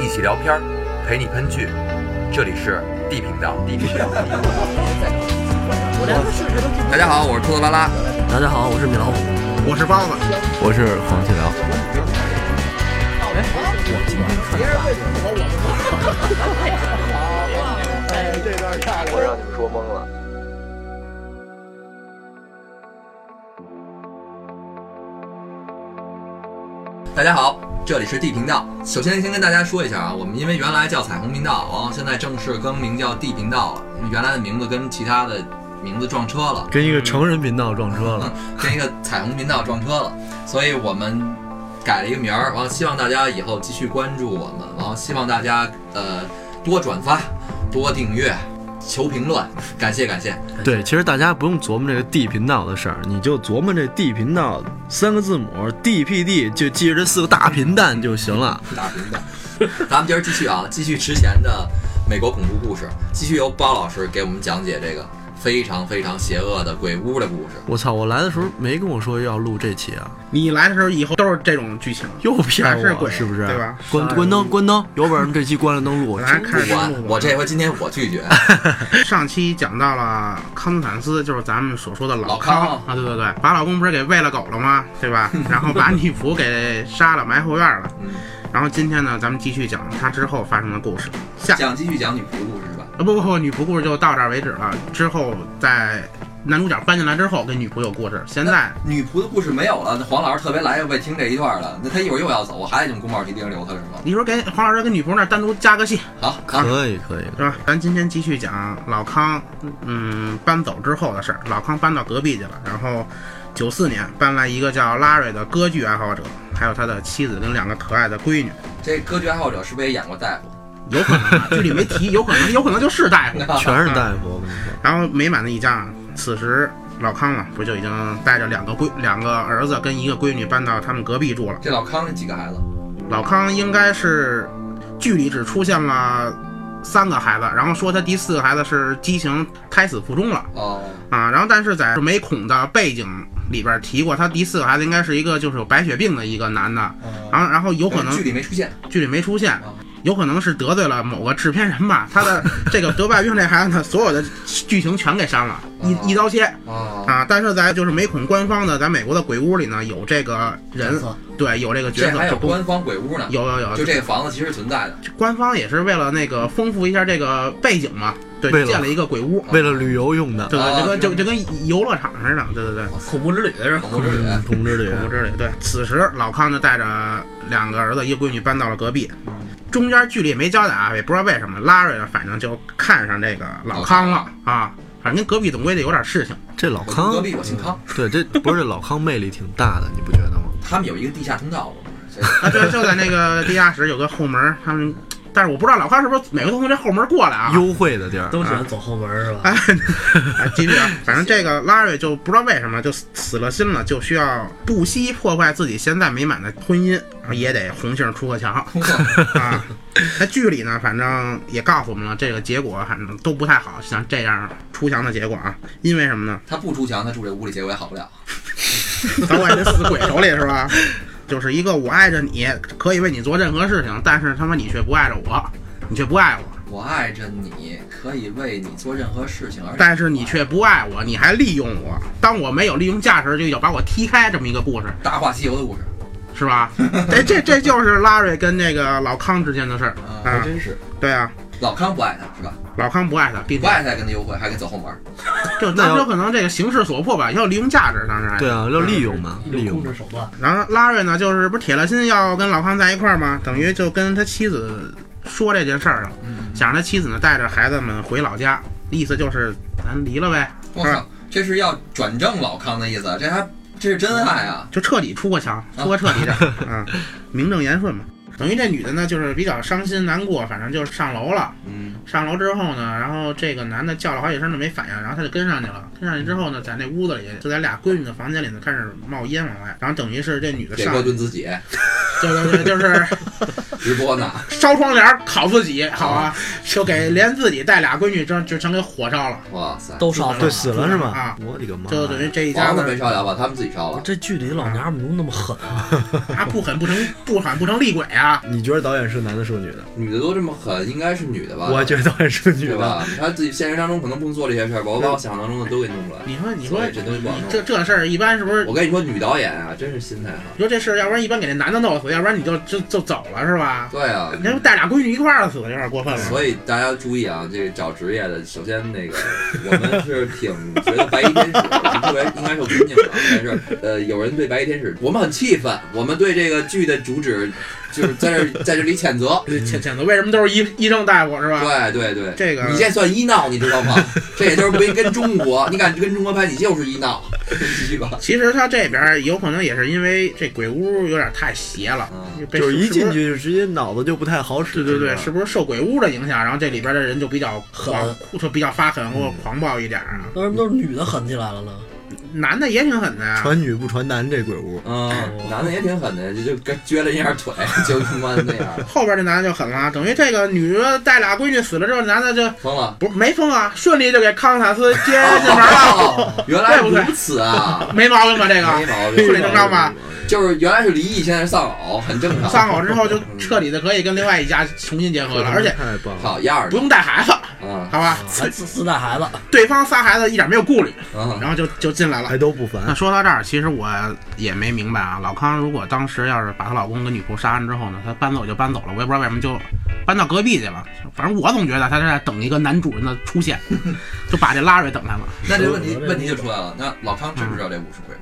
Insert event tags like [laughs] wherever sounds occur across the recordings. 一起聊片儿，陪你喷剧。这里是 D 频道。D 频道。大家好，我是兔子拉拉。大家好，我是米老虎。我是包子，我是黄启良。我让你们说懵了。大家好，这里是 D 频道。首先先跟大家说一下啊，我们因为原来叫彩虹频道，然后现在正式更名叫 D 频道了。原来的名字跟其他的名字撞车了，跟一个成人频道撞车了， [laughs] 跟一个彩虹频道撞车了，所以我们改了一个名儿。然后希望大家以后继续关注我们，然后希望大家呃多转发、多订阅、求评论，感谢感谢。嗯对，其实大家不用琢磨这个 D 频道的事儿，你就琢磨这 D 频道三个字母 DPD，就记着这四个大频蛋就行了。大频道。咱们今儿继续啊，继续之前的美国恐怖故事，继续由包老师给我们讲解这个非常非常邪恶的鬼屋的故事。我操！我来的时候没跟我说要录这期啊，你来的时候以后都是这种剧情，又骗还是我鬼是不是？对吧？关关灯，关灯，有本事这期关了灯录。我我来真看不管这幕吧我这回今天我拒绝，上期讲到了康斯坦斯，就是咱们所说的老老康啊，对对对，把老公不是给喂了狗了吗？对吧？然后把女仆给杀了，埋后院了。嗯，然后今天呢，咱们继续讲他之后发生的故事。下讲继续讲女仆故事是吧？啊不不不，女仆故事就到这儿为止了。之后在男主角搬进来之后，跟女仆有故事。现在女仆的故事没有了，那黄老师特别来为听这一段了，那他一会儿又要走，我还得用宫保鸡丁留他是吗？一会儿给黄老师跟女仆那儿单独加个戏，好，可以可以，是吧？咱今天继续讲老康，嗯，搬走之后的事儿。老康搬到隔壁去了，然后九四年搬来一个叫拉瑞的歌剧爱好者，还有他的妻子跟两个可爱的闺女。这歌剧爱好者是不是也演过大夫？有可能啊，剧里没提，有可能， [laughs] 有可能就是大夫。全是大夫，我跟你说。然后美满的一家，啊此时老康嘛，不就已经带着两个闺两个儿子跟一个闺女搬到他们隔壁住了。这老康几个孩子？老康应该是剧里只出现了三个孩子，然后说他第四个孩子是畸形胎死腹中了哦，啊。然后但是在美恐的背景里边提过，他第四个孩子应该是一个就是有白血病的一个男的，然后然后啊有可能剧啊里没出现。剧里没出现，有可能是得罪了某个制片人吧。他 [laughs] 的这个得白病这孩子呢，所有的剧情全给删了，一一刀切哦，啊！但是在就是美恐官方的，在美国的鬼屋里呢，有这个人，对，有这个角这色，还有就不官方鬼屋呢，有有有，就这个房子其实存在的。官方也是为了那个丰富一下这个背景嘛，对为，了建了一个鬼屋，为了旅游用的，对啊对，就明跟就白就跟游乐场似的，对对对。哦恐怖之旅是恐怖之旅，嗯，通知旅恐怖之旅。对，此时老康呢带着两个儿子、一个闺女搬到了隔壁，中间距离也没交代啊，也不知道为什么拉瑞呢，反正就看上这个老康了啊，反正跟隔壁总归得有点事情。这老我住隔康，壁我姓康，对，这不是这老康魅力挺大的，你不觉得吗？他们有一个地下通道，我们这啊，对，就在那个地下室有个后门，他们，但是我不知道老康是不是每回都从这后门过来啊。优惠的地儿，都喜欢走后门是吧？哎，哎继续啊！反正这个拉瑞就不知道为什么就死了心了，就需要不惜破坏自己现在美满的婚姻，也得红杏出个墙。 [laughs] 通道。啊，那剧里呢，反正也告诉我们了，这个结果反正都不太好，像这样出墙的结果啊，因为什么呢？他不出墙，他住这屋里，结果也好不了。早晚得死鬼手里是吧？就是一个我爱着你，可以为你做任何事情，但是他妈你却不爱着我，你却不爱我，我爱着你，可以为你做任何事情，而但是你却不爱我，你还利用我，当我没有利用价值就要把我踢开，这么一个故事大话西游的故事，是吧？这这这就是拉瑞跟那个老康之间的事儿。啊还真是。对啊，老康不爱他是吧？老康不爱他，并不且爱他还跟他幽会，还跟走后门。就那要当时可能这个形势所迫吧，要利用价值，当时还对啊，要利用嘛，利一用种控嘛制。手段，然后拉瑞呢，就是不是铁了心要跟老康在一块儿吗？等于就跟他妻子说这件事儿了，嗯，想让他妻子呢带着孩子们回老家，意思就是咱离了呗，我操，这是要转正老康的意思，这还这是真爱啊！就彻底出过墙，出个彻底的，嗯，名正言顺嘛。等于这女的呢，就是比较伤心难过，反正就是上楼了。嗯，上楼之后呢，然后这个男的叫了好几声都没反应，然后他就跟上去了。跟上去之后呢，在那屋子里，就在俩闺女的房间里呢，开始冒烟往外。然后等于是这女的别上过，炖自己，对对对，就是直播呢，烧窗帘烤自己，好啊，就给连自己带俩闺女，这就全给火烧了， [laughs] 哇塞，都烧对，死了是吗？啊我的个妈！就等于这一家房子子没烧掉吧？他们自己烧了。这剧里老娘们怎么那么狠啊？啊不狠不成不狠不成厉鬼啊！你觉得导演是男的是女的？女的都这么狠，应该是女啊的吧？我觉得导演是女对的。吧？他自己现实当中可能不能做这些事儿吧，我把我想象当中的都给弄出来。你说你说所以这东西不好弄这这事儿一般是不是？我跟你说，女导演啊，真是心态好。你说这事儿，要不然一般给那男的弄死，要不然你就就就走了是吧？对啊，你要带俩闺女一块儿死，有点过分了。 [laughs] 所以大家注意啊，这个找职业的，首先那个 [laughs] 我们是挺觉得白衣天使，我们特别应该受尊敬的，但是呃，有人对白衣天使，我们很气愤，我们对这个剧的主旨就是在这在这里谴 [laughs] 责。谴谴责为什么都是医医生大夫是吧？对对对，这个你这算医闹，你知道吗？ [laughs] 这也就是没跟中国，你敢跟中国拍，你就是医闹。 [laughs] 继续吧，其实他这边儿有可能也是因为这鬼屋有点太邪了，嗯，被就是一进不是去就直接脑子就不太好使。对对对，吧是不是受鬼屋的影响，然后这里边的人就比较狂狠，就比较发狠或者狂暴一点儿啊？为什么都是女的狠起来了呢？男的也挺狠的呀，传女不传男这鬼屋，哦嗯，男的也挺狠的，就就跟撅了一下腿，就他妈那样后边这男的就狠了，等于这个女的带俩闺女死了之后，男的就疯了。不是没疯啊，顺利就给康塔斯 [laughs] 接进门了，哦，原来如此啊，没毛病吧？啊 [laughs] 这没个毛顺理病成。章吧？就是原来是离异，现在是丧偶，很正常。丧偶之后就彻底的可以跟另外一家重新结合了，而且太棒了。好样儿不的，用带孩子，嗯好吧？还啊自自带孩子，对方仨孩子一点没有顾虑，嗯，然后就就进来了还。都不那烦，说到这儿，其实我也没明白啊，老康如果当时要是把她老公跟女仆杀完之后呢，她搬走就搬走了，我也不知道为什么就搬到隔壁去了。反正我总觉得她是在等一个男主人的出现， [laughs] 就把这拉瑞等来了。那这问题问题就出来了，那老康知不知道这五十鬼？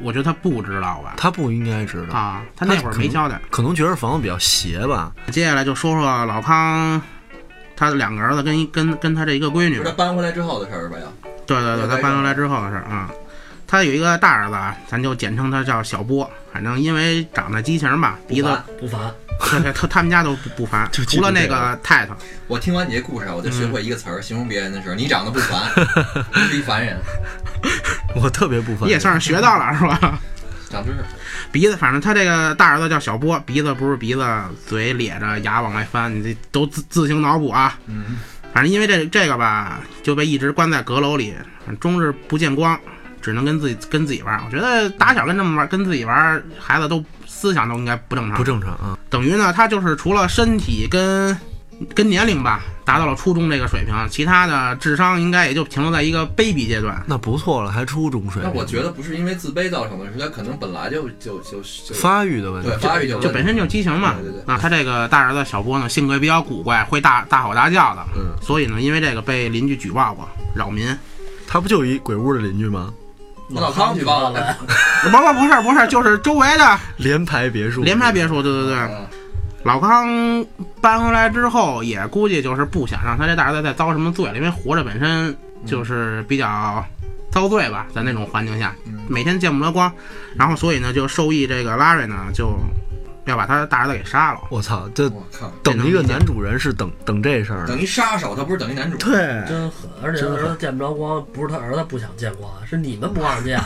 我觉得她不知道吧？他不应该知道，啊，她那会儿没交代。可能觉得房子比较邪吧。 [laughs] 接下来就说说老康，他的两个儿子跟一跟跟他这一个闺女是吧他。搬回来之后的事儿吧？要对对对，有他代搬表回来之后的事儿啊。他有一个大儿子啊，咱就简称他叫小波。反正因为长得畸形吧，鼻子不烦，对对，他他们家都不不烦，就记除住了那这个个太太，我听完你这故事啊，我就学会一个词儿形容别人的时候，你长得不凡，你是一凡人，我特别不烦。你也算是学到了是吧？长知识。鼻子，反正他这个大儿子叫小波，鼻子不是鼻子，嘴咧着，牙往外翻，你这都自自行脑补啊。嗯，反正因为这这个吧，就被一直关在阁楼里，终日不见光，只能跟自己跟自己玩儿。我觉得打小跟这么玩儿，跟自己玩儿，孩子都思想都应该不正常不。正常啊。等于呢，他就是除了身体跟跟年龄吧，达到了初中这个水平，其他的智商应该也就停留在一个 baby 阶段。那不错了，还初中水那平。我觉得不是因为自卑造成的，是他可能本来就就就就发育的问题对，发育就就本身就畸形嘛。对对对啊，他这个大儿子小波呢，性格比较古怪，会大大吼大叫的。嗯，所以呢，因为这个被邻居举报过，扰民。他不就一鬼屋的邻居吗？老康举报了了，不不不是不是，就是周围的联排别墅，联排别墅。对对对，嗯老康搬回来之后，也估计就是不想让他这大儿子再遭什么罪了，因为活着嗯本身就是比较遭罪吧，在那种环境下嗯，每天见不得光，然后所以呢，就授意这个拉瑞呢，就要把他大儿子给杀了。我操，这我靠，等一个男主人是等等这事儿呢。等于杀手，他不是等于男主。对，真狠！而哎且真他狠儿子见不着光，不是他儿子不想见光，是你们不让见。啊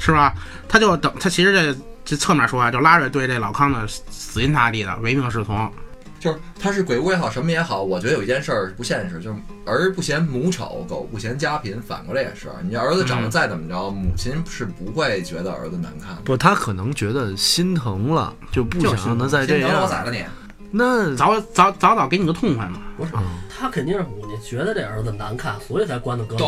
是吧？他就等他其实这这侧面说啊，就拉瑞对这老康的死心塌地的唯命是从。就是他是鬼屋也好，什么也好，我觉得有一件事儿不现实，就是儿不嫌母丑，狗不嫌家贫，反过来也是。你儿子长嗯得再怎么着，母亲是不会觉得儿子难看的。不，他可能觉得心疼了，就不想让他再这先等我宰样。了你，那嗯早早早早给你个痛快嘛。不是，他肯定是你觉得这儿子难看，所以才关的哥。对，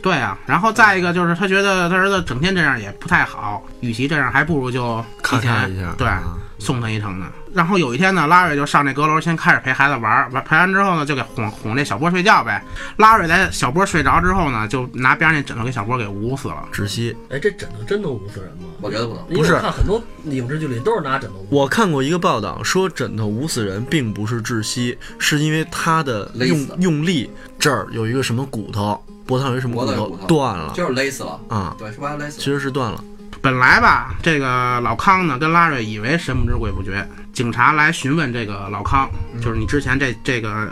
对啊，然后再一个就是他觉得他儿子整天这样也不太好，与其这样，还不如就提咔嚓前一下，对啊送他一程呢。然后有一天呢，拉瑞就上这阁楼，先开始陪孩子玩儿，玩陪完之后呢，就给哄哄这小波睡觉呗。拉瑞在小波睡着之后呢，就拿边上那枕头给小波给捂死了。窒息。哎，这枕头真能捂死人吗？我觉得不能。因为不是我看很多影视剧里都是拿枕头捂。我看过一个报道说，枕头捂死人并不是窒息，是因为他的勒死用用力这儿有一个什么骨头，脖子上有一什么脖骨子有头骨头断了就是勒死了，啊，对，说白了勒其死了。实是断了。本来吧，这个老康呢跟拉瑞以为神不知鬼不觉，警察来询问这个老康，就是你之前这这个，呃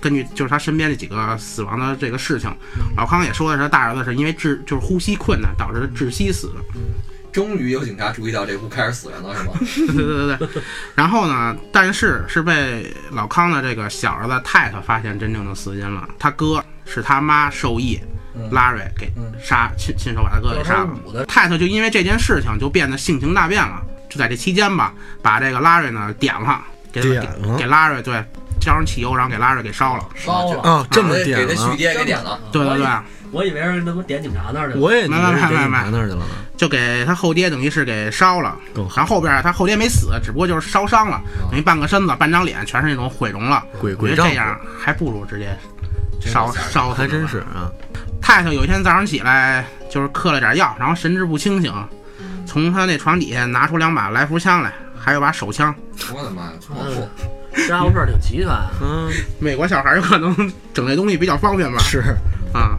根据就是他身边这几个死亡的这个事情，老康也说的是他大儿子是因为窒就是呼吸困难导致窒息死的。终于有警察注意到这屋开始死人了，是吗？对对对对。然后呢，但是是被老康的这个小儿子泰特发现真正的死因了，他哥是他妈授意嗯拉瑞给嗯杀亲亲手把他哥给杀了。捂的，泰特就因为这件事情就变得性情大变了，就在这期间吧，把这个拉瑞呢点了，给他点给了给拉瑞对浇上汽油，然后给拉瑞给烧了。烧了。嗯啊， [laughs] 这么给点给那了续，爹给点了，对对对，我以为是他妈点警察那儿去了。我也以为慢慢是给你慢慢拿那儿去了呢，就给他后爹等于是给烧了。更好，然后后边他后爹没死，只不过就是烧伤了，等于半个身子、半张脸全是那种毁容了。啊鬼我觉鬼得丈这夫，样还不如直接真烧够吓人烧死还真了。是啊，太太有一天早上起来就是嗑了点药，然后神志不清醒，从他那床底下拿出两把来福枪来，还有把手枪。我的妈呀，这么嗯酷！家伙事儿挺齐全啊，嗯，美国小孩儿有可能整这东西比较方便吧？是啊、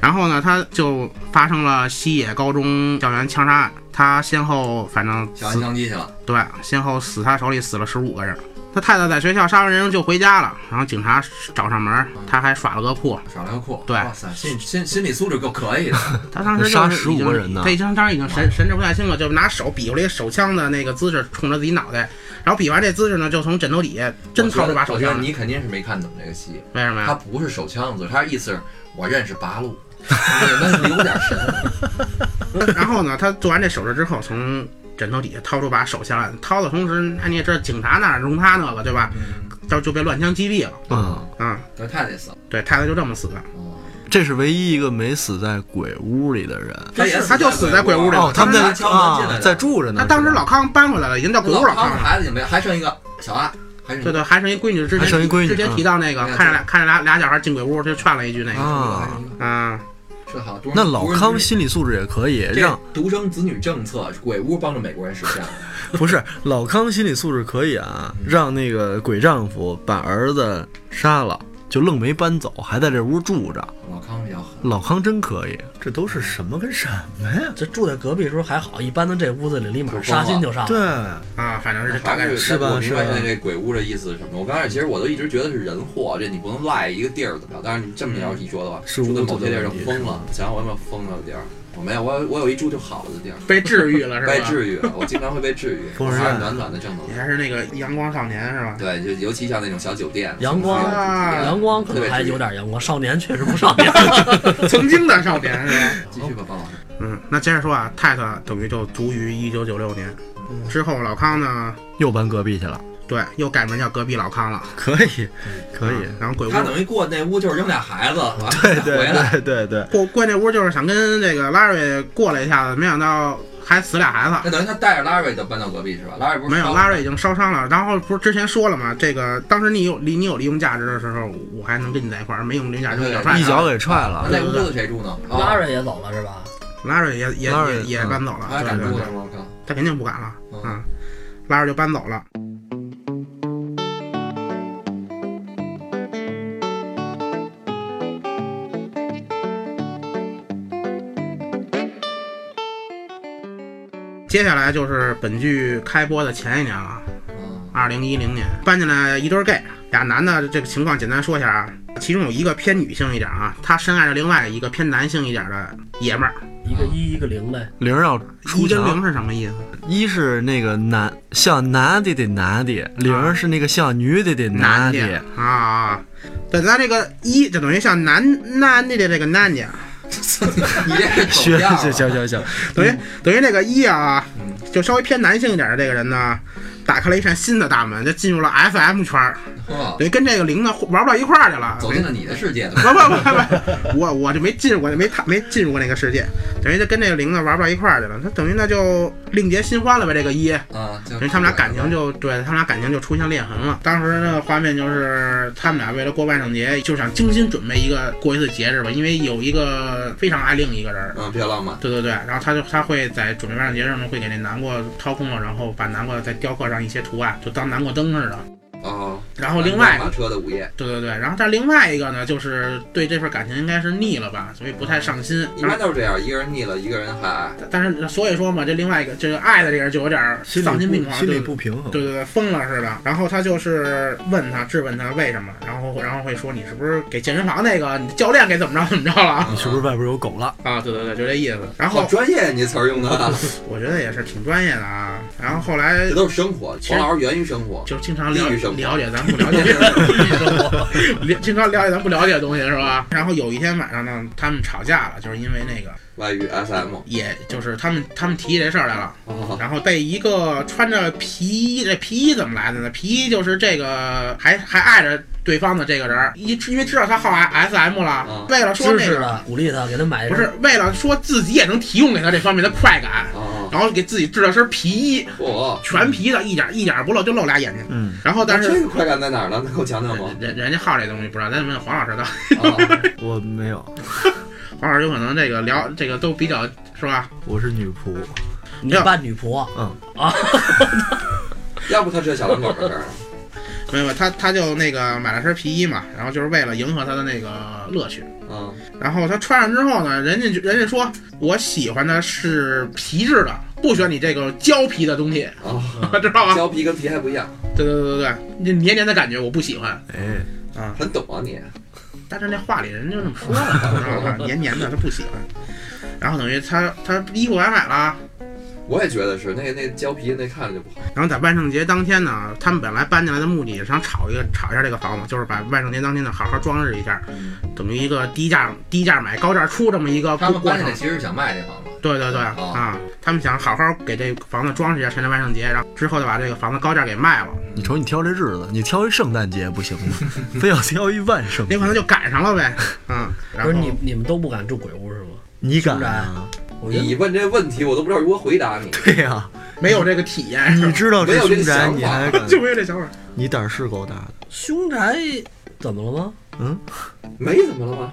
然后呢，他就发生了西野高中校园枪杀案，他先后反正小安死相机去了，对，先后死他手里死了十五个人。他太太在学校杀完人就回家了，然后警察找上门，他还耍了个铺。耍了个酷。对哇塞，心心心理素质够可 [laughs] 以的。他当时杀就是已15经个人呢他已经当时已经神神志不太清了，就拿手比划了一个手枪的那个姿势，冲着自己脑袋，然后比完这姿势呢，就从枕头底下真我觉掏出得把手我觉得枪来。你肯定是没看懂这个戏，为什么他呀？不是手枪子，他意思是我认识八路， [laughs] 你们留点 [laughs] 神。然后呢，他做完这手势之后，从枕头底下掏出把手枪来，掏的同时，哎，你也知道警察哪容他那个对吧？到就被乱枪击毙了。啊，嗯，对，太得死了。对，太太就这么死的。哦这是唯一一个没死在鬼屋里的人。他也他就死在鬼屋里了了哦，他们拿在敲门进来啊，的在住着呢。他当时是吧老康搬回来了，已经叫鬼屋老老康康的了。孩子也没，还剩一个小安，还剩一对个对，还剩一闺女，之还前剩一闺女之前提到那个嗯，看着俩看着俩俩小孩进鬼屋，就劝了一句那个，啊，嗯，这好多人。那老多人康之心理素质也可以，这让独生子女政策，鬼屋帮着美国人实现 [laughs] 了。不是老康心理素质可以啊，让那个鬼丈夫把儿子杀了，就愣没搬走，还在这屋住着。老康比较狠，老康真可以，这都是什么跟什么呀？这住在隔壁的时候还好，一般的这屋子里立马杀心就上。对，啊，反正是大大概概是吧我明白是吧现在这鬼屋的意思是什么？我刚开始其实我都一直觉得是人祸，这你不能赖一个地儿怎么样？但是你这么要一说的话，是住在屋子某些地儿的就问题疯了。想想我有没有疯了的地儿？我没有，我有我有一住就好了的地儿，被治愈了是 [laughs] 吧？被治愈了。我经常会被治愈，不我是还是暖暖的正能你量。还是那个阳光少年是吧？对，就尤其像那种小酒店，阳光啊阳光可能还有点阳光，少年确实 [laughs] 不少年。曾经的少年是 [laughs] 吧？继续吧，方老师。嗯，那接着说啊，泰特等于就卒于一九九六年嗯之后，老康呢，又搬隔壁去了，对，又改名叫隔壁老康了，可以，可以啊。然后鬼屋他等于过那屋就是啊扔俩孩子，完了对回对来。对对对，过过那屋就是想跟这个拉瑞过了一下子，没想到还死俩孩子。那等于他带着拉瑞就搬到隔壁是吧？拉瑞不是没有，哎烧拉瑞已经烧伤了。然后不是之前说了吗？这个当时你有利你有利用价值的时候，我还能跟你在一块儿；没有利用价值，对我踹一你脚给踹了那。那屋子谁住呢？哦拉瑞也走了是吧？拉瑞也也拉瑞也也嗯搬走了，啊他对敢对住对呢，我靠！他肯定不敢了嗯啊！拉瑞就搬走了。接下来就是本剧开播的前一年了，嗯二零一零年搬进来一对儿 gay，俩男的这个情况简单说一下啊，其中有一个偏女性一点啊，他深爱着另外一个偏男性一点的爷们儿。一啊个一一个零呗，零要出一跟墙，零是什么意思？一是那个男像男的得男的，零是那个像女啊的得男的啊，对，咱这个一就等于像男男的这个男的，啊嗯你这是学走样行了 [laughs] 行行行，等于等于这个一啊嗯，就稍微偏男性一点的这个人呢，打开了一扇新的大门，就进入了 FM 圈儿，呵等于跟这个零呢玩不到一块儿去了，走进了你的世界了不。不不不，我我就没进入过，没踏没进入过那个世界，等于就跟这个零呢玩不到一块儿去了。他等于那就另结新欢了呗，这个一，啊，就等于他们俩感情就对他们俩感情就出现裂痕了。当时那个画面就是他们俩为了过万圣节，就想精心准备一个过一次节日吧，因为有一个非常爱另一个人儿。嗯比较浪漫。对对对，然后他就他会在准备万圣节上面会给那南瓜掏空了，然后把南瓜再雕刻上一些图案，就当南瓜灯似的。哦，然后另外马车的午夜，对对对，然后但另外一个呢，就是对这份感情应该是腻了吧，所以不太上心。一般然后都是这样，一个人腻了，一个人还爱。但是所以说嘛，这另外一个这个爱的这个人就有点儿心啊丧里心病不狂，心对里不平衡。对对对，疯了似的。然后他就是问他，质问他为什么，然后然后会说你是不是给健身房那个你的教练给怎么着怎么着了啊？你是不是外边有狗了？ [laughs] 啊，对对对，就这意思。然好后专业，你词儿用 [laughs] 的，我觉得也是挺专业的啊。然后后来这都是生活。其实黄老师源于生活，就经 [laughs] 常了地域生活了解咱不了解的，了经常了解咱不了解的东西是 [laughs] 吧？然后有一天晚上呢，他们吵架了，就是因为那个，外语 SM。也就是他们他们提起这事儿来了。哦然后被一个穿着皮衣，这皮衣怎么来的呢？皮衣就是这个还还爱着对方的这个人儿，一因为知道他好 S M 了，嗯为了说支那持个他，鼓励他，给他买一不身是为了说自己也能提供给他这方面的快感，哦，然后给自己制了身皮衣，嚯！全皮的，一点一点不露，就露俩眼睛。嗯，然哦后但是那这个快感在哪儿呢？能给我讲讲吗？人人家好这东西不知道，咱问黄老师的， [laughs] 啊，我没有，黄老师有可能这个聊这个都比较是吧？我是女仆。你扮女仆，嗯，要不他这小狼狗的事儿，没有，他他就那个买了身皮衣嘛，然后就是为了迎合他的那个乐趣。嗯，然后他穿上之后呢，人家就人家说我喜欢的是皮质的，不喜欢你这个胶皮的东西， [laughs] 哦，知道吧？胶皮跟皮还不一样，对对对对对，那黏黏的感觉我不喜欢。哎，很懂啊你。但是那话里人就这么说了，知道吧？ [laughs] 黏黏的他不喜欢。然后等于他他衣服白买了，我也觉得是，那那胶皮那看着就不好。然后在万圣节当天呢，他们本来搬进来的目的是想炒一个炒一下这个房子，就是把万圣节当天呢好好装饰一下，等于一个低价低价买高价出这么一个他过们过搬进程来。其实是想卖这房子，对对对、哦啊，他们想好好给这个房子装饰一下，趁着万圣节，然后之后就把这个房子高价给卖了。你瞅你挑这日子，你挑一圣诞节不行 [laughs] 吗？非要挑一万圣有节可，能就赶上了呗，嗯，然不后是你你们都不敢住鬼屋是吗？你敢啊？我觉得你问这问题我都不知道如何回答你。对呀，没有这个体验，你知道没这有这凶宅，想法你还敢？就没有这想法。你胆儿是够大的。凶宅怎么了 [laughs] 吗？没怎么了吗？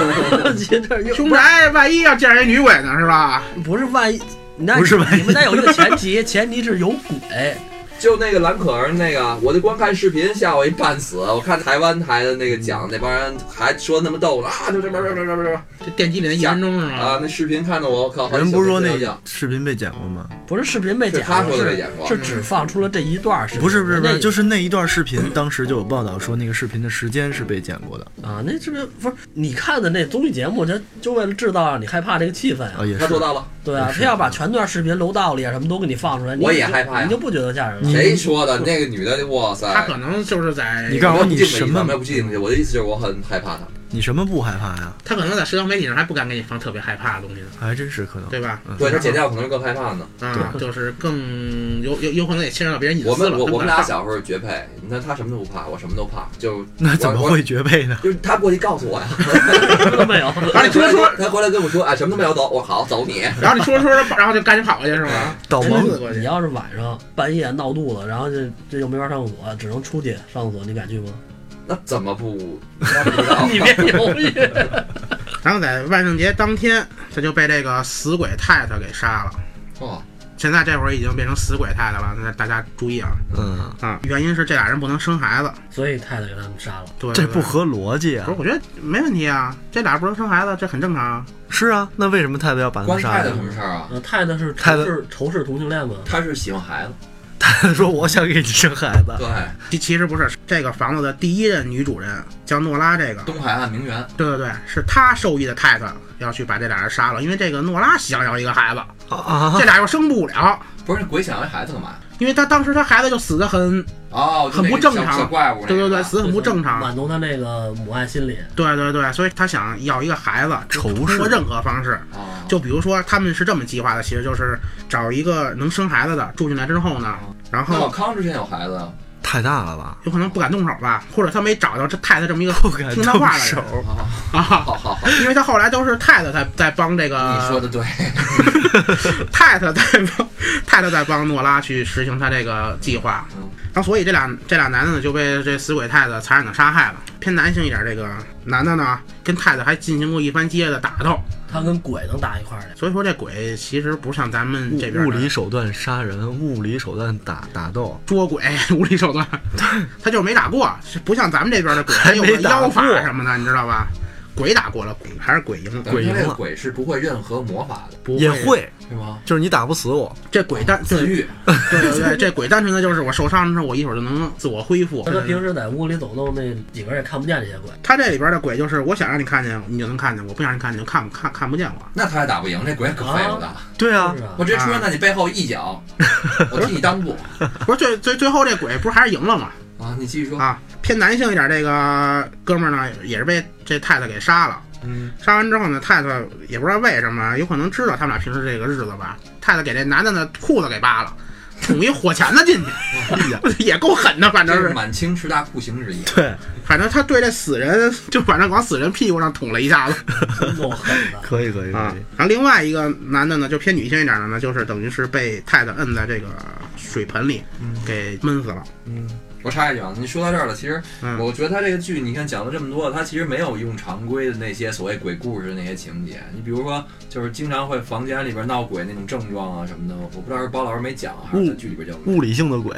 这这又凶宅万一要见着一女鬼呢，是吧？不是万一，那不是万一你们得有一个前提，前提是有鬼。就那个蓝可儿那个，我就光看视频吓我一半死。我看台湾台的那个讲，那帮人还说那么逗呢啊，就这边边边边边这电梯里的一分钟是吗？啊，那视频看的我靠，嗯人不是说好几小那时睡不着觉视频被剪过吗？不是视频被是剪他过，说的是被剪过是只放出了这一段儿视频，不是不是不是，就是是那一段视频，当时就有报道说那个视频的时间是被剪过的啊，那这边不是你看的那综艺节目，就就为了制造让你害怕这个气氛啊，啊，也他是做。到了，对啊，是他要把全段视频、楼道里啊什么都给你放出来，你我也就害怕呀你就不觉得吓人了？谁说的？那个女的，哇塞！他可能就是在你告诉我你进了什一趟么没有不进去，我的意思就是我很害怕她。你什么不害怕呀？他可能在社交媒体上还不敢给你放特别害怕的东西呢，还真是可能。对吧？对她剪掉可能是更害怕呢。啊，就是更有有有可能也侵犯到别人隐我们私了。我他不我们敢俩放小时候绝配，你看她什么都不怕，我什么都怕，就 [laughs] 那怎么我我会绝配呢？就是她过去告诉我呀。都没 [laughs] 有，然后你说说，她回来跟我说啊，什么都没有走，我好走你。然后你说着说着，然后就赶紧跑过去是吗？导真盲的过你去。要是晚上半夜闹肚子，然后这这又没法上厕所，只能出去上厕所，你敢去吗？ [laughs] 那怎么不？那不知道你别犹豫，然后在万圣节当天，他就被这个死鬼太太给杀了。哦，现在这会儿已经变成死鬼太太了，那大家注意啊嗯，啊！原因是这俩人不能生孩子， [laughs] 所以太太给他们杀了。对，这对不。合逻辑不啊是，！我觉得没问题啊，这俩不能生孩子，这很正常啊。是啊，那为什么太太要把他关们杀太太了什？么事儿啊？呃，太太是太太仇视仇视同性恋吗？她是喜欢孩子， [laughs] 太太说我想给你生孩子，对，其其实不是，这个房子的第一任女主人叫诺拉，这个东海岸名媛，对对对，是她受益的太太要去把这俩人杀了，因为这个诺拉想要一个孩子，啊啊这！俩又生不了，不是鬼想要孩子干嘛？因为她当时她孩子就死的很，哦，就那个很不正常小小怪物那个，啊对对对，死得很不正常。啊满足他那个母爱心理。对对对，所以她想要一个孩子，仇通视过任何方式，哦，就比如说他们是这么计划的，其实就是找一个能生孩子的住进来之后呢，然哦那哦老后康之前有孩子啊， [laughs] 太大 [laughs] 了吧？有可能不敢动手吧，或者他没找到这太太这么一个不敢听他话呃的动人手，啊，[laughs] 哦好好好，因为他后来都是太太在在帮这你说个的对，太太在帮太太在帮诺拉去实行他这个计划嗯，然后所以这俩这俩男的呢就被这死鬼太太残忍的杀害了。偏男性一点，这个男的呢跟太太还进行过一番激烈的打斗，他他跟鬼能打一块儿去。所以说这鬼其实不像咱们这边物的理手段杀人，物理手段打打斗，捉鬼 [laughs] 无理手段，他就是没打过，是不像咱们这边的鬼还有个没打妖法过什么的，你知道吧？鬼打过了，鬼还是鬼赢了。咱们鬼赢这个了鬼是不会任何魔法的，不也会，会，对吗？就是你打不死我，这鬼单对自愈，对对对，这鬼单纯的就是我受伤的时候，我一会儿就能自我恢复 [laughs] 他。说平时在屋里走动，那几个人也看不见这些鬼。他这里边的鬼就是，我想让你看见，你就能看见；我不想让你看见，就看不看看不见我。那他还打不赢，这鬼可废物的。对啊是，啊我，直接出现在你背后一 [laughs] 脚，我替你裆部不是最最最后这鬼不是还是赢了吗？啊！你继续说，啊，偏男性一点，这个哥们儿呢也是被这太太给杀了。嗯，杀完之后呢，太太也不知道为什么，有可能知道他们俩平时这个日子吧，太太给这男的的裤子给扒了，捅一火钳子进 [laughs] 去，也够狠的，反哎这正是是，满清十大酷刑之一。 [laughs] 对，反正他对这死人就反正往死人屁股上捅了一下子。够狠的。可以可以啊可以，，然后另外一个男的呢，就偏女性一点的呢，就是等于是被太太摁在这个水盆里嗯给闷死了。嗯，我插一句啊，你说到这儿了，其实嗯我觉得他这个剧，你看讲了这么多，他其实没有用常规的那些所谓鬼故事的那些情节。你比如说，就是经常会房间里边闹鬼那种症状啊什么的，我不知道是包老师没讲啊还嗯是在剧里边就物理性的鬼，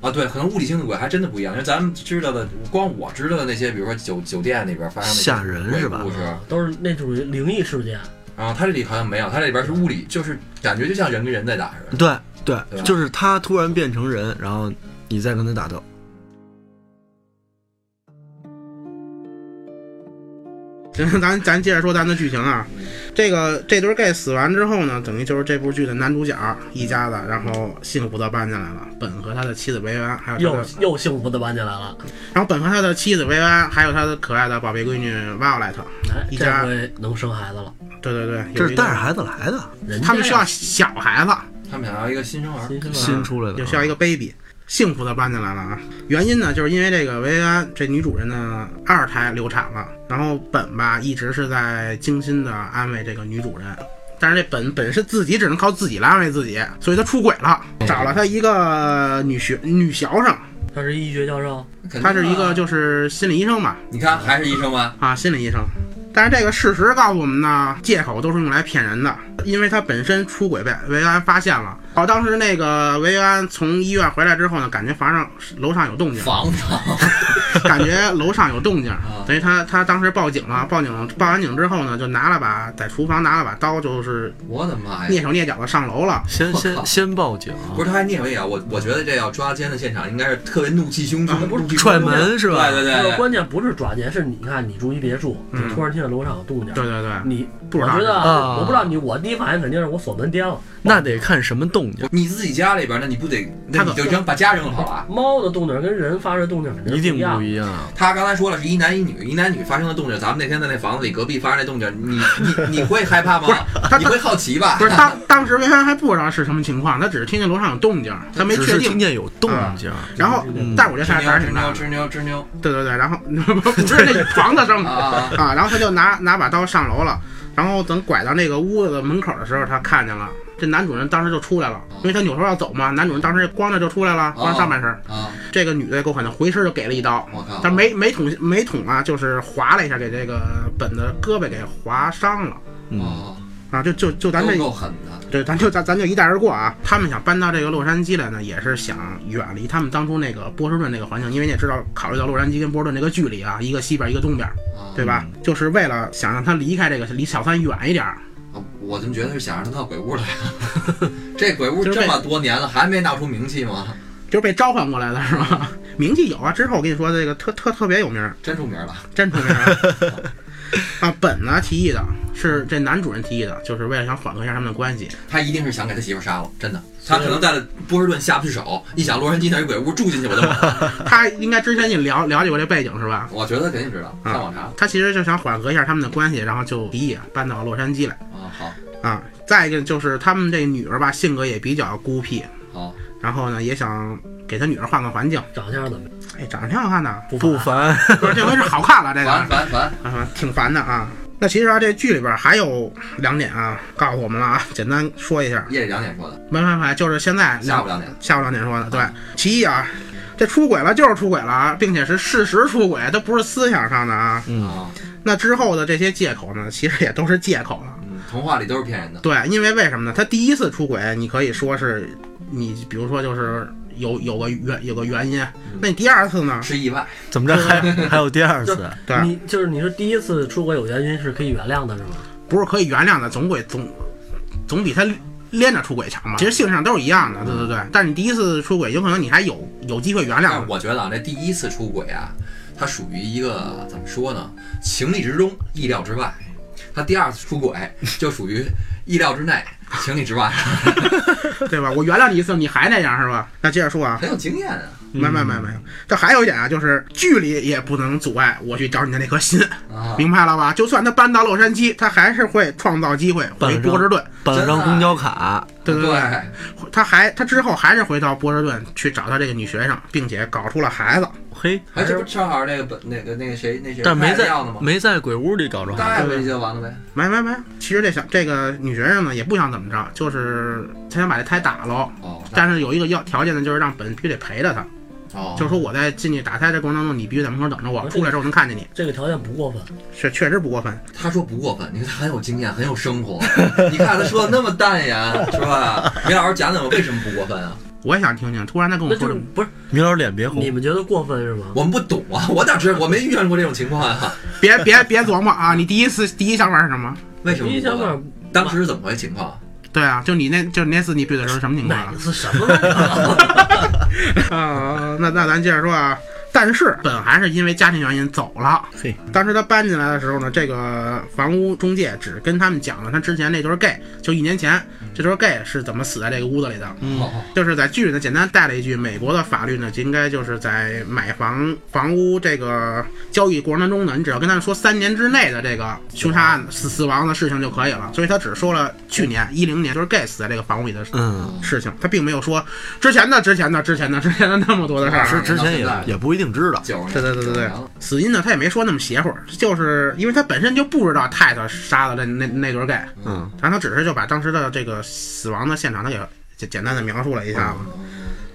啊，对，可能物理性的鬼还真的不一样，因为咱们知道的，光我知道的那些，比如说酒酒店里边发生的吓人是吧鬼故事，都是那属于灵异事件，然后他这里好像没有，他这里边是物理，就是感觉就像人跟人在打似的。对对对吧，就是他突然变成人，然后你再跟他打斗，行， [laughs] 咱咱接着说咱的剧情啊嗯。这个这对 gay 死完之后呢，等于就是这部剧的男主角一家子，然后幸福的搬进来了。本和他的妻子薇安，还有他又的，又幸福的搬进来了。然后本和他的妻子薇安，还有他的可爱的宝贝闺女 Violet。哎，一这家回能生孩子了，对对对，这有是一带着个孩子来的，人家他们需要小孩子，他们想要一个新生儿，新生儿新出来的就啊，嗯需要一个 baby。幸福的搬进来了啊！原因呢，就是因为这个薇安这女主人呢二胎流产了，然后本吧一直是在精心的安慰这个女主人，但是这本本是自己只能靠自己来安慰自己，所以她出轨了，找了她一个女学女学生，他是医学教授，肯定她是一啊个就是心理医生吧，你看还是医生吗？啊，心理医生。但是这个事实告诉我们呢，借口都是用来骗人的，因为他本身出轨被维安发现了。哦，当时那个维安从医院回来之后呢，感觉房上楼上有动静，房子 [laughs] 感觉楼上有 [laughs] 动静啊，等于他他当时报警了，报警报完警之后呢，就拿了把在厨房拿了把刀，就是我的妈蹑呀！手蹑脚的上楼了。先我靠先先报警，不是他还蹑手蹑脚，啊我我觉得这要抓奸的现场应该是特别怒气汹啊汹，不是怒气汹汹踹门是吧对对这个对对，关键不是抓奸，是你看你住一别墅，嗯你突然听见楼上有动静，对对对，你不知我道觉得啊我不知道你，我第一反应肯定是我锁门颠了。那得看什么动静，你自己家里边那你不得那他可你就扔把家扔好了。猫的动静跟人发出的动静肯定一定不不一样。一样，他刚才说了是一男一女，一男一女发生的动静，咱们那天在那房子里隔壁发生那动静，你你你会害怕不是吗？他你他会好奇吧不？是当当时维安还不知道是什么情况，他只是听见楼上有动静，他没只确是定听。见有动静，然后嗯，但是我这吱事儿还妞吱是挺大妞的。吱妞吱妞对对对，然后 [laughs] 不是那床的声啊啊！啊啊，然后他就拿拿把刀上楼了，然后等拐到那个屋子门口的时候，他看见了这男主人，当时就出来了，因为他扭头要走嘛，男主人当时光着就出来了，光着上半身。啊！这个女的也够狠的，回身就给了一刀，我靠！但没没捅没捅啊，就是划了一下，给这个本的胳膊给划伤了嗯，啊，啊，就就就咱这都够狠的。对，咱就咱咱就一带而过啊。他们想搬到这个洛杉矶来呢，也是想远离他们当初那个波士顿那个环境，因为你也知道，考虑到洛杉矶跟波士顿这个距离啊，一个西边一个东边，啊对吧？就是为了想让他离开这个，离小三远一点儿。啊我怎么觉得是想让他到鬼屋来了？ [laughs] 这鬼屋就这是被么多年了，还没闹出名气吗？就是被召唤过来的是吧？ [laughs] 名气有啊，之后我跟你说，这个特特特别有名儿，真出名了，真出名儿啊！啊，本呢提议的是这男主人提议的，就是为了想缓和一下他们的关系。他一定是想给他媳妇杀了，真的。他可能在波士顿下不去手，一想洛杉矶那有鬼屋住进去我就完了，他应该之前你了了解过这背景是吧？我觉得肯定知道，上网查他其实就想缓和一下他们的关系，然后就提议搬到洛杉矶来啊，好，啊。再一个就是他们这女儿吧，性格也比较孤僻，好，然后呢也想给他女儿换个环境。长相怎么样哎，长得挺好看的，不不不烦，不是这回是好看了这个。烦烦烦，哎啊，挺烦的啊。那其实啊，这剧里边还有两点啊，告诉我们了啊，简单说一下。夜里两点说的，没办法，就是现在下午两两点，下午两点说的。对，其一啊，这出轨了就是出轨了啊，并且是事实出轨，它不是思想上的啊。嗯，啊，那之后的这些借口呢，其实也都是借口了。嗯，童话里都是骗人的。对，因为为什么呢？他第一次出轨，你可以说是你，比如说就是有有个原有个原因，嗯那你第二次呢？是意外，怎么着还还有第二次？对，你就是你说第一次出轨有原因是可以原谅的，是吗？不是可以原谅的，总归总总比他连着出轨强嘛。其实性上都是一样的，对对对。但是你第一次出轨，有可能你还有有机会原但谅是的。我觉得啊，这第一次出轨啊，它属于一个怎么说呢？情理之中，意料之外。他第二次出轨就属于意料之内，情理之外， [laughs] 对吧？我原谅你一次，你还那样是吧？那接着说啊，很有经验啊。没没没没有，这还有一点啊，就是距离也不能阻碍我去找你的那颗心，啊，明白了吧？就算他搬到洛杉矶，他还是会创造机会回波士顿，办了张公交卡，对对对，他还他之后还是回到波士顿去找他这个女学生，并且搞出了孩子。嘿，哎，这不正好那个本那个那个谁那谁但没卖在掉呢吗？没在鬼屋里搞着带孩子，回去就完了呗。没没没，其实这小这个女学生呢也不想怎么着，就是她想把这胎打喽。哦，那但是有一个要条件呢，就是让本必须得陪着她，哦，就是说我在进去打胎这过程当中，你必须在门口等着我，嗯出来之后能看见你，这个条件不过分，确确实不过分。他说不过分，你看他很有经验，很有生活。你看他说的那么淡然，是吧？梅老师讲讲我为什么不过分啊？我也想听听，突然她跟我那就说这是么，不是明老脸别你红，们觉得过分是吗？我们不懂啊，我哪知道？我没遇见过这种情况啊。别别别琢磨啊！你第一次第一想法是什么？为什么第一不想过法分？当时是怎么回情况？对啊，就你那就你那次你对的时候什么情况哪啊个？是什么来着？ [laughs] 啊，那那咱接着说啊。但是本还是因为家庭原因走了。嘿，当时他搬进来的时候呢，这个房屋中介只跟他们讲了他之前那对儿 gay，就一年前这对儿 gay 是怎么死在这个屋子里的。嗯哦，就是在剧里呢，简单带了一句，美国的法律呢，就应该就是在买房房屋这个交易过程当中呢，你只要跟他说三年之内的这个凶杀案死死亡的事情就可以了。所以他只说了去年一零年就是 gay 死在这个房屋里的嗯，事情，他并没有说之前的、之前的、之前的、之前的那么多的事儿。是之之前也也不一定知道，九十年，对对对对对90年了，死因呢，他也没说那么邪乎，就是因为他本身就不知道泰特杀了那那那对 gay，嗯，然后他只是就把当时的这个死亡的现场，他给简简单的描述了一嗯下嘛。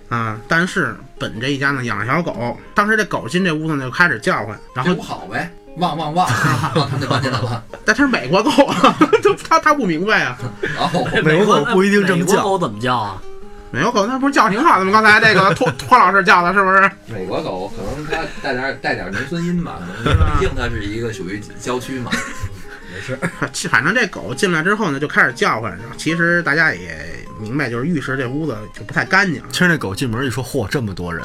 啊，但是本这一家呢养了小狗，当时这狗进这屋子呢就开始叫唤，然这后不好呗，旺旺 [laughs] 旺，旺他们就搬进来了。但它是美国狗啊， [laughs] 就他他不明白啊， [laughs] 哦，美国狗不一定这么美国叫，狗怎么叫啊？美国狗那不是叫挺好的吗？刚才这个托托老师叫的是不是？ [laughs] 美国狗可能它带点带点农村音吧，可能毕竟 [laughs] 它是一个属于郊区嘛。反正这狗进来之后呢，就开始叫唤。然后其实大家也明白，就是浴室这屋子就不太干净。其实那狗进门一说，嚯，这么多人，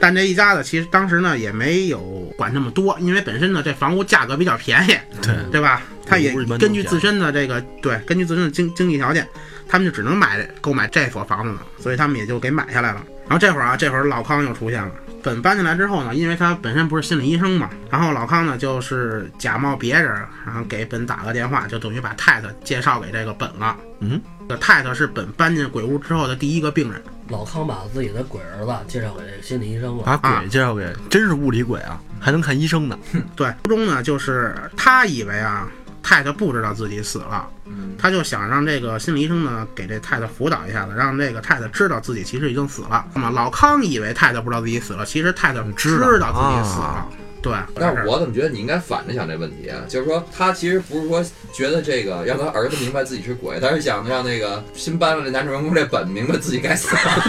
但这一家子其实当时呢也没有管那么多，因为本身呢这房屋价格比较便宜，对，对吧？他也屋一般都根据这样自身的这个对，根据自身的经经济条件，他们就只能买购买这所房子了，所以他们也就给买下来了。然后这会儿啊，这会儿老康又出现了。本搬进来之后呢，因为他本身不是心理医生嘛，然后老康呢就是假冒别人，然后给本打个电话，就等于把泰特介绍给这个本了。嗯，这泰特是本搬进鬼屋之后的第一个病人。老康把自己的鬼儿子介绍给这个心理医生了。把啊鬼介绍给，真是物理鬼啊，还能看医生呢，对，初中呢，就是他以为啊，泰特不知道自己死了，嗯，他就想让这个心理医生呢给这泰特辅导一下子，让这个泰特知道自己其实已经死了。那么老康以为泰特不知道自己死了，其实泰特知知道道自己死了。啊对，但是我怎么觉得你应该反着想这问题啊？就是说，他其实不是说觉得这个让他儿子明白自己是鬼，他是想让那个新搬了这男主人公这本明白自己该死 [laughs] 了，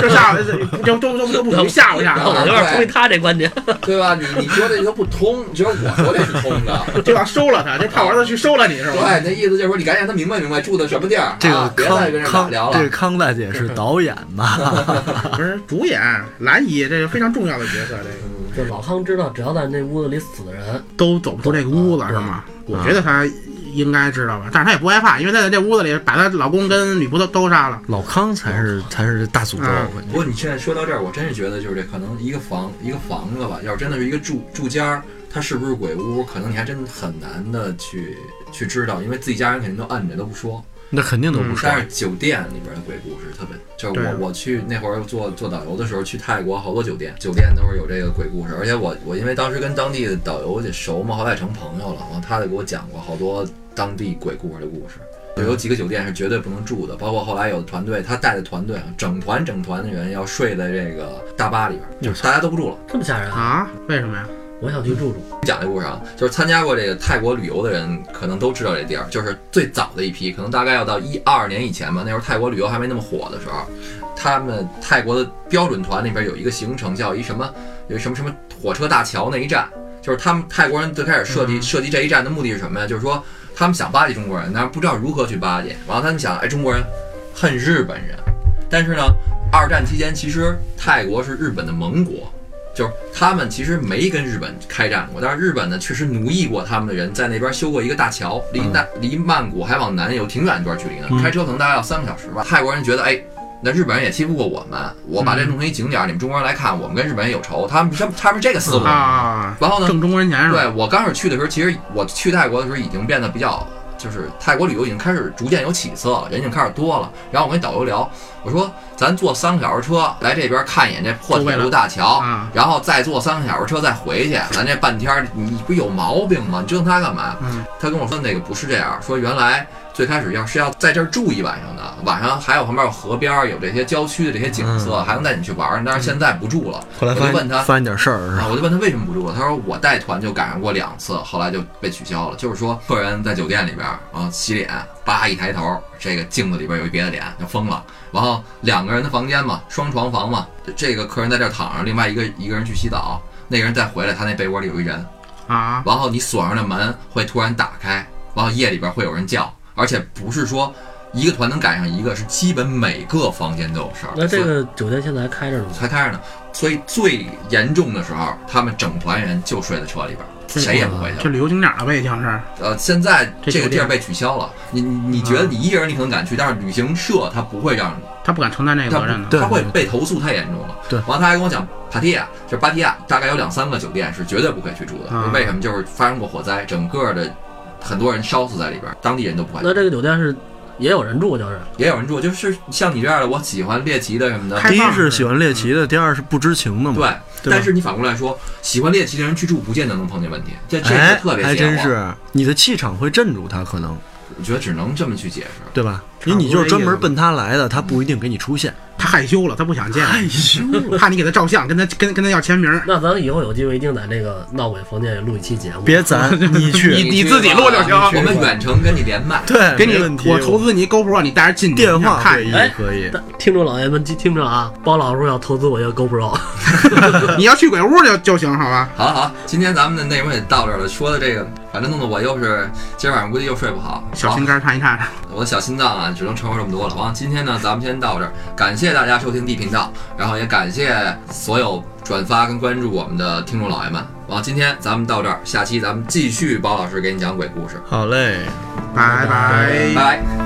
这吓唬这这都都都不属于吓唬吓啊那我啊唬，有点同意他这观点。对吧？你你说这就不通，只有我说这是通的。 [laughs] 就要收了他，就怕我儿子去收了你是吧？对，那意思就是说，你赶紧让他明白明白住的什么地儿，这个啊、别再跟人打康聊康，这了个。康大 [laughs] 姐是导演吧？不是主演兰姨，这是非常重要的角色，这个就老康知道，只要在那屋子里死的人，都走不出这个屋子是吗？我觉得她应该知道吧，但是她也不害怕，因为她在这屋子里把她老公跟女仆都都杀了。老康才是才是大诅咒，嗯我感不觉过你现在说到这儿，我真是觉得就是这可能一个房一个房子吧，要是真的是一个住住家儿，它是不是鬼屋，可能你还真很难的去去知道，因为自己家人肯定都摁着都不说。那肯定都不嗯说啊但。是酒店里边的鬼故事特别，就是对我我去那会儿做做导游的时候，去泰国好多酒店，酒店都是有这个鬼故事。而且我我因为当时跟当地的导游也熟嘛，后来也成朋友了，然后他就给我讲过好多当地鬼故事的故事。就嗯有几个酒店是绝对不能住的，包括后来有团队，他带的团队啊，整团整团的人要睡在这个大巴里边，就是大家都不住了。这么吓人啊！啊？为什么呀？我想去住住。讲这故事啊，就是参加过这个泰国旅游的人，可能都知道这地儿，就是最早的一批，可能大概要到一二年以前吧，那时候泰国旅游还没那么火的时候，他们泰国的标准团里边有一个行程叫一什么，有一什么什么火车大桥那一站，就是他们泰国人最开始设计、设计这一站的目的是什么呀？就是说他们想巴结中国人，但是不知道如何去巴结，然后他们想，哎，中国人恨日本人，但是呢，二战期间其实泰国是日本的盟国。就是他们其实没跟日本开战过，但是日本呢确实奴役过他们的人，在那边修过一个大桥，离那离曼谷还往南有挺远一段距离呢，开车可能大概要三个小时吧。泰国人觉得，哎，那日本人也欺负过我们，我把这弄成一景点，你们中国人来看，我们跟日本人有仇，他们他们他们是这个思路。啊，然后呢，挣中国人钱是吧？对我刚开始去的时候，其实我去泰国的时候已经变得比较，就是泰国旅游已经开始逐渐有起色了，人已经开始多了。然后我跟导游聊，我说咱坐三个小时车来这边看一眼这破铁路大桥，啊然后再坐三个小时车再回去，咱这半天儿你不有毛病吗？你折腾它干嘛？嗯他跟我说那个不是这样，说原来最开始要是要在这儿住一晚上的，晚上还有旁边有河边儿有这些郊区的这些景色，还能带你去玩儿，但是现在不住了。后来我发就问他现发现点事儿是啊，吧？我就问他为什么不住，他说我带团就赶上过两次，后来就被取消了。就是说，客人在酒店里边儿啊洗脸，叭一抬头，这个镜子里边有一别的脸，就疯了。然后两个人的房间嘛，双床房嘛，这个客人在这儿躺着，另外一个一个人去洗澡，那个人再回来，他那被窝里有一人。啊，然后你锁上的门会突然打开，然后夜里边会有人叫，而且不是说一个团能赶上一个，是基本每个房间都有事儿。那这所以个酒店现在还开着呢吗？才开着呢。所以最严重的时候，他们整团人就睡在车里边，谁也不回去这了。旅游景点了呗，像是呃，现在这这个酒地儿店被取消了。你你你觉得你一个人你可能敢去，但是旅行社他不会让你，他哎不敢承担这个他责不任呢。对他会被投诉太严重了。对完了他还跟我讲，帕提亚就是芭提雅，大概有两三个酒店是绝对不会去住的。啊为什么？就是发生过火灾，整个的很多人烧死在里边，当地人都不敢。那这个酒店是也有人住，就是也有人住，就是像你这样的，我喜欢猎奇的什么的，开第一放是式喜欢猎奇的，第二是不知情的嘛。嗯对。对吧但是你反过来说，喜欢猎奇的人去住，不见得能碰见问题，这这哎是特，别还邪乎真是，你的气场会镇住他，可能我觉得只能这么去解释。对吧？差不因多为你就是专这意门思奔他来的，他不一定给你出现。他害羞了，他不想见你，羞，怕你给他照相，跟他跟跟他要签名。那咱以后有机会一定在那个闹鬼房间里录一期节目。别咱 [laughs] 你去，你自己录就行我们远程跟你连麦，对，给你哎没问，题。我投资你 GoPro，你带着进去电话看会一议眼。可以，但听众老爷们记听着啊，包老师要投资我一个 GoPro，你要去鬼屋就就行，好吧？好好，今天咱们的内容也到这儿了。说的这个，反正弄得我又是今儿晚上估计又睡不好。小心好，肝看一看。我的小心脏啊，只能承受这么多了。完，今天呢，咱们先到这儿，感谢大家收听 D 频道，然后也感谢所有转发跟关注我们的听众老爷们。完，今天咱们到这儿，下期咱们继续包老师给你讲鬼故事，好嘞。拜拜拜。拜。